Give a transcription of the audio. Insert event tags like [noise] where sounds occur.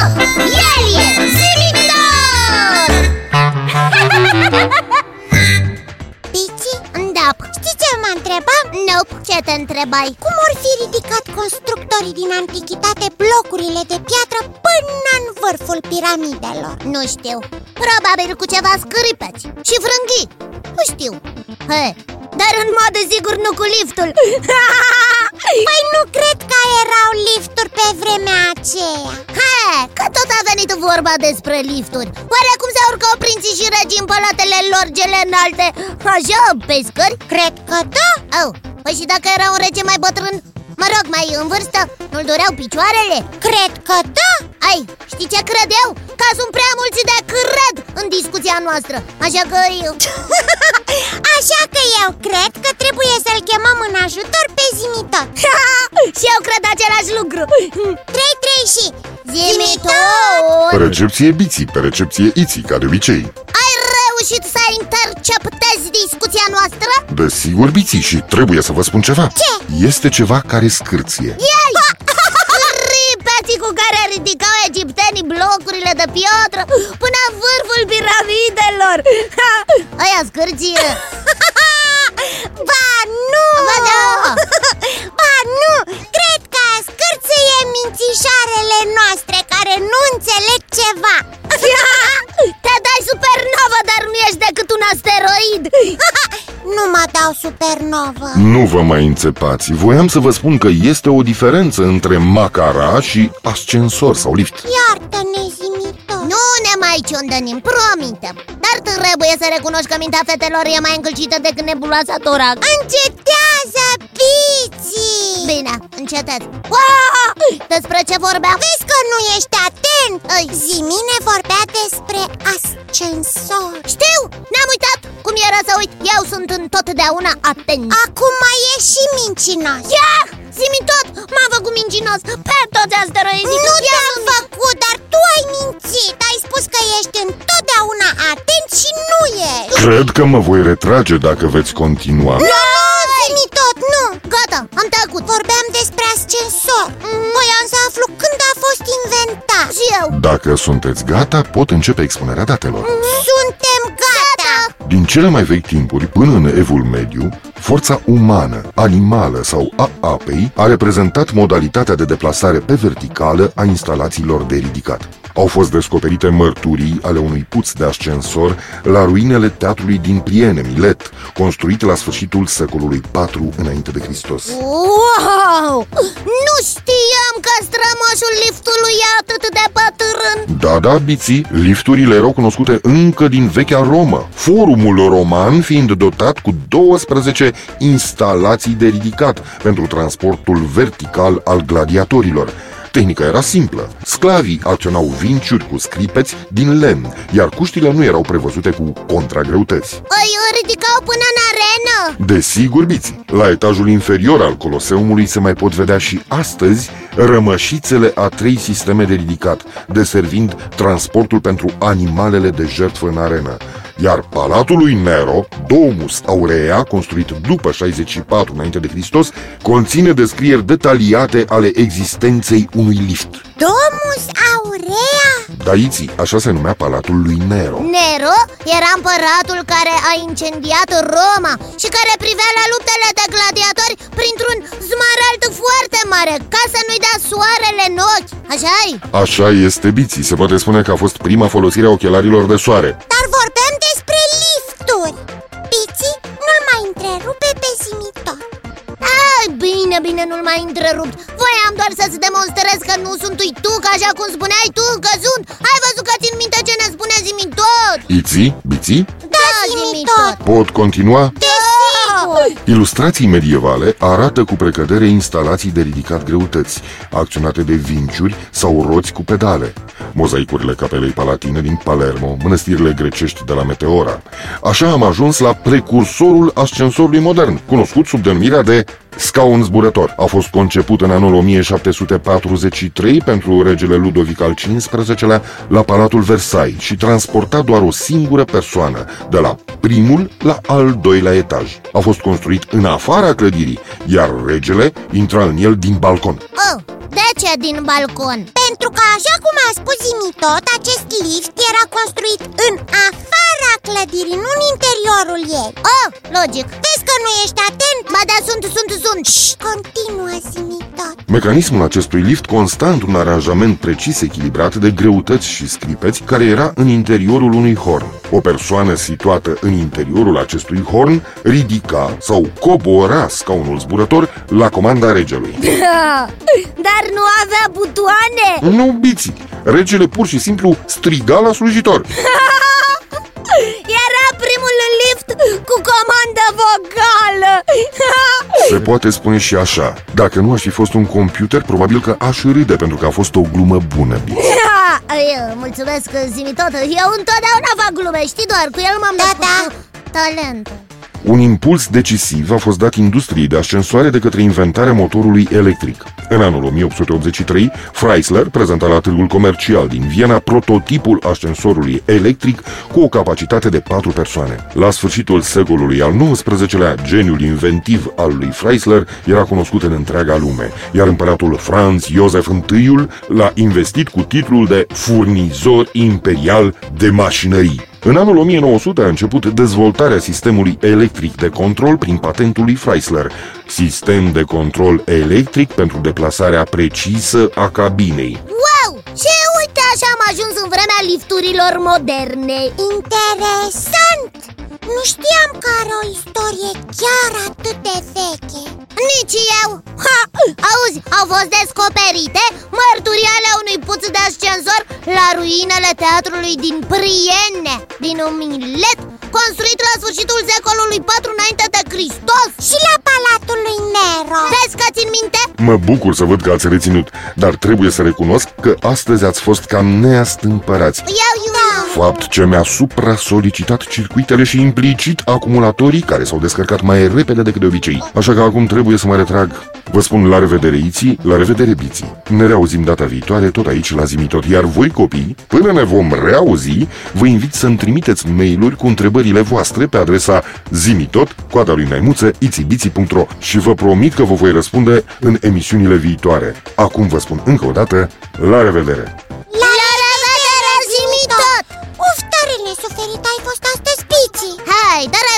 [laughs] întreba? Nope, ce te întrebai? Cum or fi ridicat constructorii din antichitate blocurile de piatră până în vârful piramidelor? Nu știu, probabil cu ceva scâripeci și frânghii Nu știu He, dar în mod sigur nu cu liftul [laughs] Păi nu cred că erau lifturi pe vremea aceea He, că tot a venit vorba despre lifturi Oare cum se urcau prinții și regii în palatele lor cele înalte Așa, pe scări? Cred că da Oh, păi și dacă era un rege mai bătrân? Mă rog, mai în vârstă, nu-l doreau picioarele? Cred că da Ai, știi ce cred eu? Că sunt prea mulți de cred în discuția noastră Așa că eu... [laughs] Așa că eu cred că trebuie să-l chemăm în ajutor pe Zimitot [laughs] Și eu cred același [laughs] lucru 3-3 și Zimitor! Pe recepție biții, pe recepție iții, ca de obicei. Ai reușit să interceptezi discuția noastră? Desigur biții și trebuie să vă spun ceva. Ce? Este ceva care scârție. Ei! Ripeții cu care ridicau egiptenii blocurile de piatră până în vârful piramidelor Aia scârție! [laughs] Ba nu! Ba da! [laughs] ba nu! Cred că scârție mințișoarele noastre care nu înțeleg ceva [laughs] Te dai supernovă, dar nu ești decât un asteroid [laughs] Nu mă dau supernovă Nu vă mai înțepați. Voiam să vă spun că este o diferență între macara și ascensor sau lift. Iartă-ne, Zimitor Nu ne mai ciondănim, promitem Dar trebuie să recunoști că mintea fetelor e mai încălcită decât nebuloasa torac Încetează, piții! Bine, încetez Uaa! Despre ce vorbeam? Vezi că nu ești atent! Ai. Zimine Ă, vorbea despre ascensor Știu, ne-am uitat Cum era să uit, eu sunt întotdeauna atent Acum mai e și mincinos Ia! Zimi tot, m-a făcut mincinos Pe toți asteroizii Nu Eu te-am sunt- făcut, dar tu ai mințit Ai spus că ești întotdeauna atent și nu ești Cred că mă voi retrage dacă veți continua. Nu, nu, Zimi tot, nu Gata, am tăcut Vorbeam despre ascensor Voiam să aflu când a fost inventat Și eu Dacă sunteți gata, pot începe expunerea datelor. Suntem gata Din cele mai vechi timpuri până în evul mediu, forța umană, animală sau a apei a reprezentat modalitatea de deplasare pe verticală a instalațiilor de ridicat. Au fost descoperite mărturii ale unui puț de ascensor la ruinele teatrului din Priene, Milet, construit la sfârșitul secolului IV înainte de Hristos. Wow! Nu știam că strămoșul liftului e atât de bătrân Da, da, biții, lifturile erau cunoscute încă din vechea Romă, forumul roman fiind dotat cu 12 instalații de ridicat pentru transportul vertical al gladiatorilor. Tehnica era simplă. Sclavii acționau vinciuri cu scripeți din lemn, iar cuștile nu erau prevăzute cu contragreutăți. Îi ridicau până în arenă Desigur, biții, la etajul inferior al Coloseumului se mai pot vedea și astăzi rămășițele a trei sisteme de ridicat, deservind transportul pentru animalele de jertfă în arenă. Iar palatul lui Nero, Domus Aurea, construit după 64 înainte de Hristos, conține descrieri detaliate ale existenței unui lift. Domus Aurea Daiții, așa se numea palatul lui Nero. Nero era împăratul care a incendiat Roma și care privea la luptele de gladiatori printr-un smarald foarte mare ca să nu-i dea soarele în ochi așa -i? Așa este, biții, se poate spune că a fost prima folosire a ochelarilor de soare. Dar vorbeam despre lifturi Piții, nu-l mai întrerupe pe Zimitor Ai, bine, bine, nu-l mai întrerupt Voiam doar să-ți demonstrez că nu sunt uituc așa cum spuneai tu că sunt Ai văzut că țin minte ce ne spune zimi tot Iții, biții, Da, Zimitot. Zimitor Pot continua? Da. Desigur Ilustrații medievale arată cu precădere instalații de ridicat greutăți, acționate de vinciuri sau roți cu pedale. Mozaicurile capelei palatine din Palermo, mănăstirile grecești de la Meteora. Așa am ajuns la precursorul ascensorului modern, cunoscut sub denumirea de scaun zburător. A fost conceput în anul 1743 pentru regele Ludovic al XV-lea la Palatul Versailles și transporta doar o singură persoană, de la primul la al doilea etaj. A fost construit în afara clădirii, iar regele intra în el din balcon. Oh, de ce din balcon? Pentru că, așa cum a spus Zimitot, acest lift era construit în afara clădirii, nu în interiorul ei Oh, logic Vezi că nu ești atent, Ba da, sunt, sunt, sunt Șt! Continuă, Simi, tot Mecanismul acestui lift consta într-un aranjament precis echilibrat de greutăți și scripeți care era în interiorul unui horn. O persoană situată în interiorul acestui horn ridica sau cobora scaunul zburător la comanda regelui. [coughs] Dar nu avea butoane Nu biții! Regele pur și simplu striga la slujitor. Era primul lift cu comandă vocală Se poate spune și așa. Dacă nu aș fi fost un computer, probabil că aș râde pentru că a fost o glumă bună, biți. Eu, [coughs] Mulțumesc, Zimi tot Eu întotdeauna fac glume, știi doar, cu el m-am Da, născut da. cu talent Un impuls decisiv a fost dat industriei de ascensoare de către inventarea motorului electric. În anul 1883, Chrysler prezenta la târgul comercial din Viena prototipul ascensorului electric cu o capacitate de 4 persoane. La sfârșitul secolului al XIX-lea, geniul inventiv al lui Chrysler era cunoscut în întreaga lume, iar împăratul Franz Iosef I l-a investit cu titlul de furnizor imperial de mașinării. În anul 1900 a început dezvoltarea sistemului electric de control prin patentul lui Chrysler, sistem de control electric pentru deplasarea precisă a cabinei. Wow! Și uite așa am ajuns în vremea lifturilor moderne Interesant! Nu știam că are o istorie chiar atât de veche Nici eu ha! Auzi, au fost descoperite mărturii ale unui puț de ascensor La ruinele teatrului din Priene Din un milet construit la sfârșitul secolului 4 înainte de Hristos Și la palatul lui Nero Vezi că țin minte? Mă bucur să văd că ați reținut, dar trebuie să recunosc că astăzi ați fost cam neastâmpărați. Eu, eu, eu. Da. Fapt ce mi-a supra-solicitat circuitele și implicit acumulatorii care s-au descărcat mai repede decât de obicei. Așa că acum trebuie să mă retrag. Vă spun la revedere iții, la revedere biții. Ne reauzim data viitoare tot aici la Zimitot, iar voi copii, până ne vom reauzi, vă invit să-mi trimiteți mail-uri cu întrebările voastre pe adresa zimitot, coada lui naimuță, itibiții.ro și vă promit că vă voi răspunde în emisiunile viitoare. Acum vă spun încă o dată, la revedere! La revedere, Zimi tot! Uf, tare nesuferit ai fost astăzi, Pici Hai, dar Da, ai